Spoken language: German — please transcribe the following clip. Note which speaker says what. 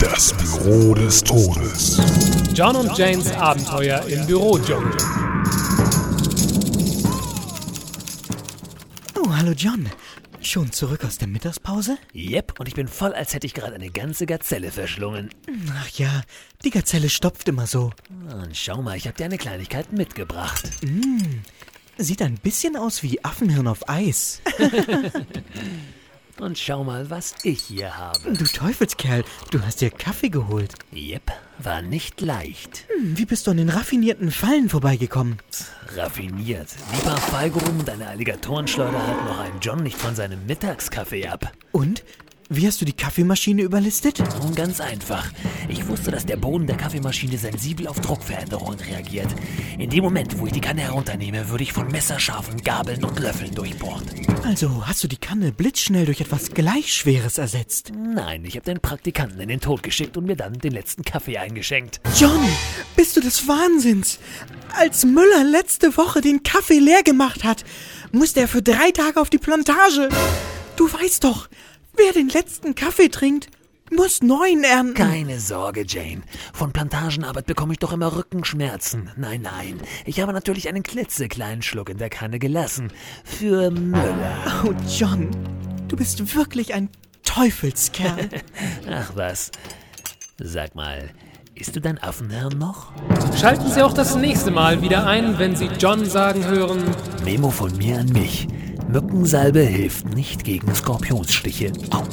Speaker 1: Das Büro des Todes.
Speaker 2: John und Janes Abenteuer im Bürodschungel.
Speaker 3: Oh, hallo John. Schon zurück aus der Mittagspause?
Speaker 4: Yep, und ich bin voll, als hätte ich gerade eine ganze Gazelle verschlungen.
Speaker 3: Ach ja, die Gazelle stopft immer so.
Speaker 4: Und schau mal, ich habe dir eine Kleinigkeit mitgebracht.
Speaker 3: Sieht ein bisschen aus wie Affenhirn auf Eis.
Speaker 4: Und schau mal, was ich hier habe.
Speaker 3: Du Teufelskerl, du hast dir Kaffee geholt.
Speaker 4: Yep, war nicht leicht.
Speaker 3: Hm, Wie bist du an den raffinierten Fallen vorbeigekommen?
Speaker 4: Raffiniert. Lieber Falgurum, deine Alligatorenschleuder hat noch einen John nicht von seinem Mittagskaffee ab.
Speaker 3: Und? Wie hast du die Kaffeemaschine überlistet?
Speaker 4: Nun ganz einfach. Ich wusste, dass der Boden der Kaffeemaschine sensibel auf Druckveränderungen reagiert. In dem Moment, wo ich die Kanne herunternehme, würde ich von messerscharfen Gabeln und Löffeln durchbohrt.
Speaker 3: Also hast du die Kanne blitzschnell durch etwas gleich Schweres ersetzt.
Speaker 4: Nein, ich habe den Praktikanten in den Tod geschickt und mir dann den letzten Kaffee eingeschenkt.
Speaker 3: John, bist du des Wahnsinns? Als Müller letzte Woche den Kaffee leer gemacht hat, musste er für drei Tage auf die Plantage. Du weißt doch, wer den letzten Kaffee trinkt, muss neuen ernten.
Speaker 4: Keine Sorge, Jane. Von Plantagenarbeit bekomme ich doch immer Rückenschmerzen. Nein, nein. Ich habe natürlich einen klitzekleinen Schluck in der Kanne gelassen. Für Müller.
Speaker 3: Oh, John, du bist wirklich ein Teufelskerl.
Speaker 4: Ach was. Sag mal, isst du dein Affenhirn noch?
Speaker 2: Schalten Sie auch das nächste Mal wieder ein, wenn Sie John sagen hören.
Speaker 4: Memo von mir an mich. Mückensalbe hilft nicht gegen Skorpionsstiche. Au.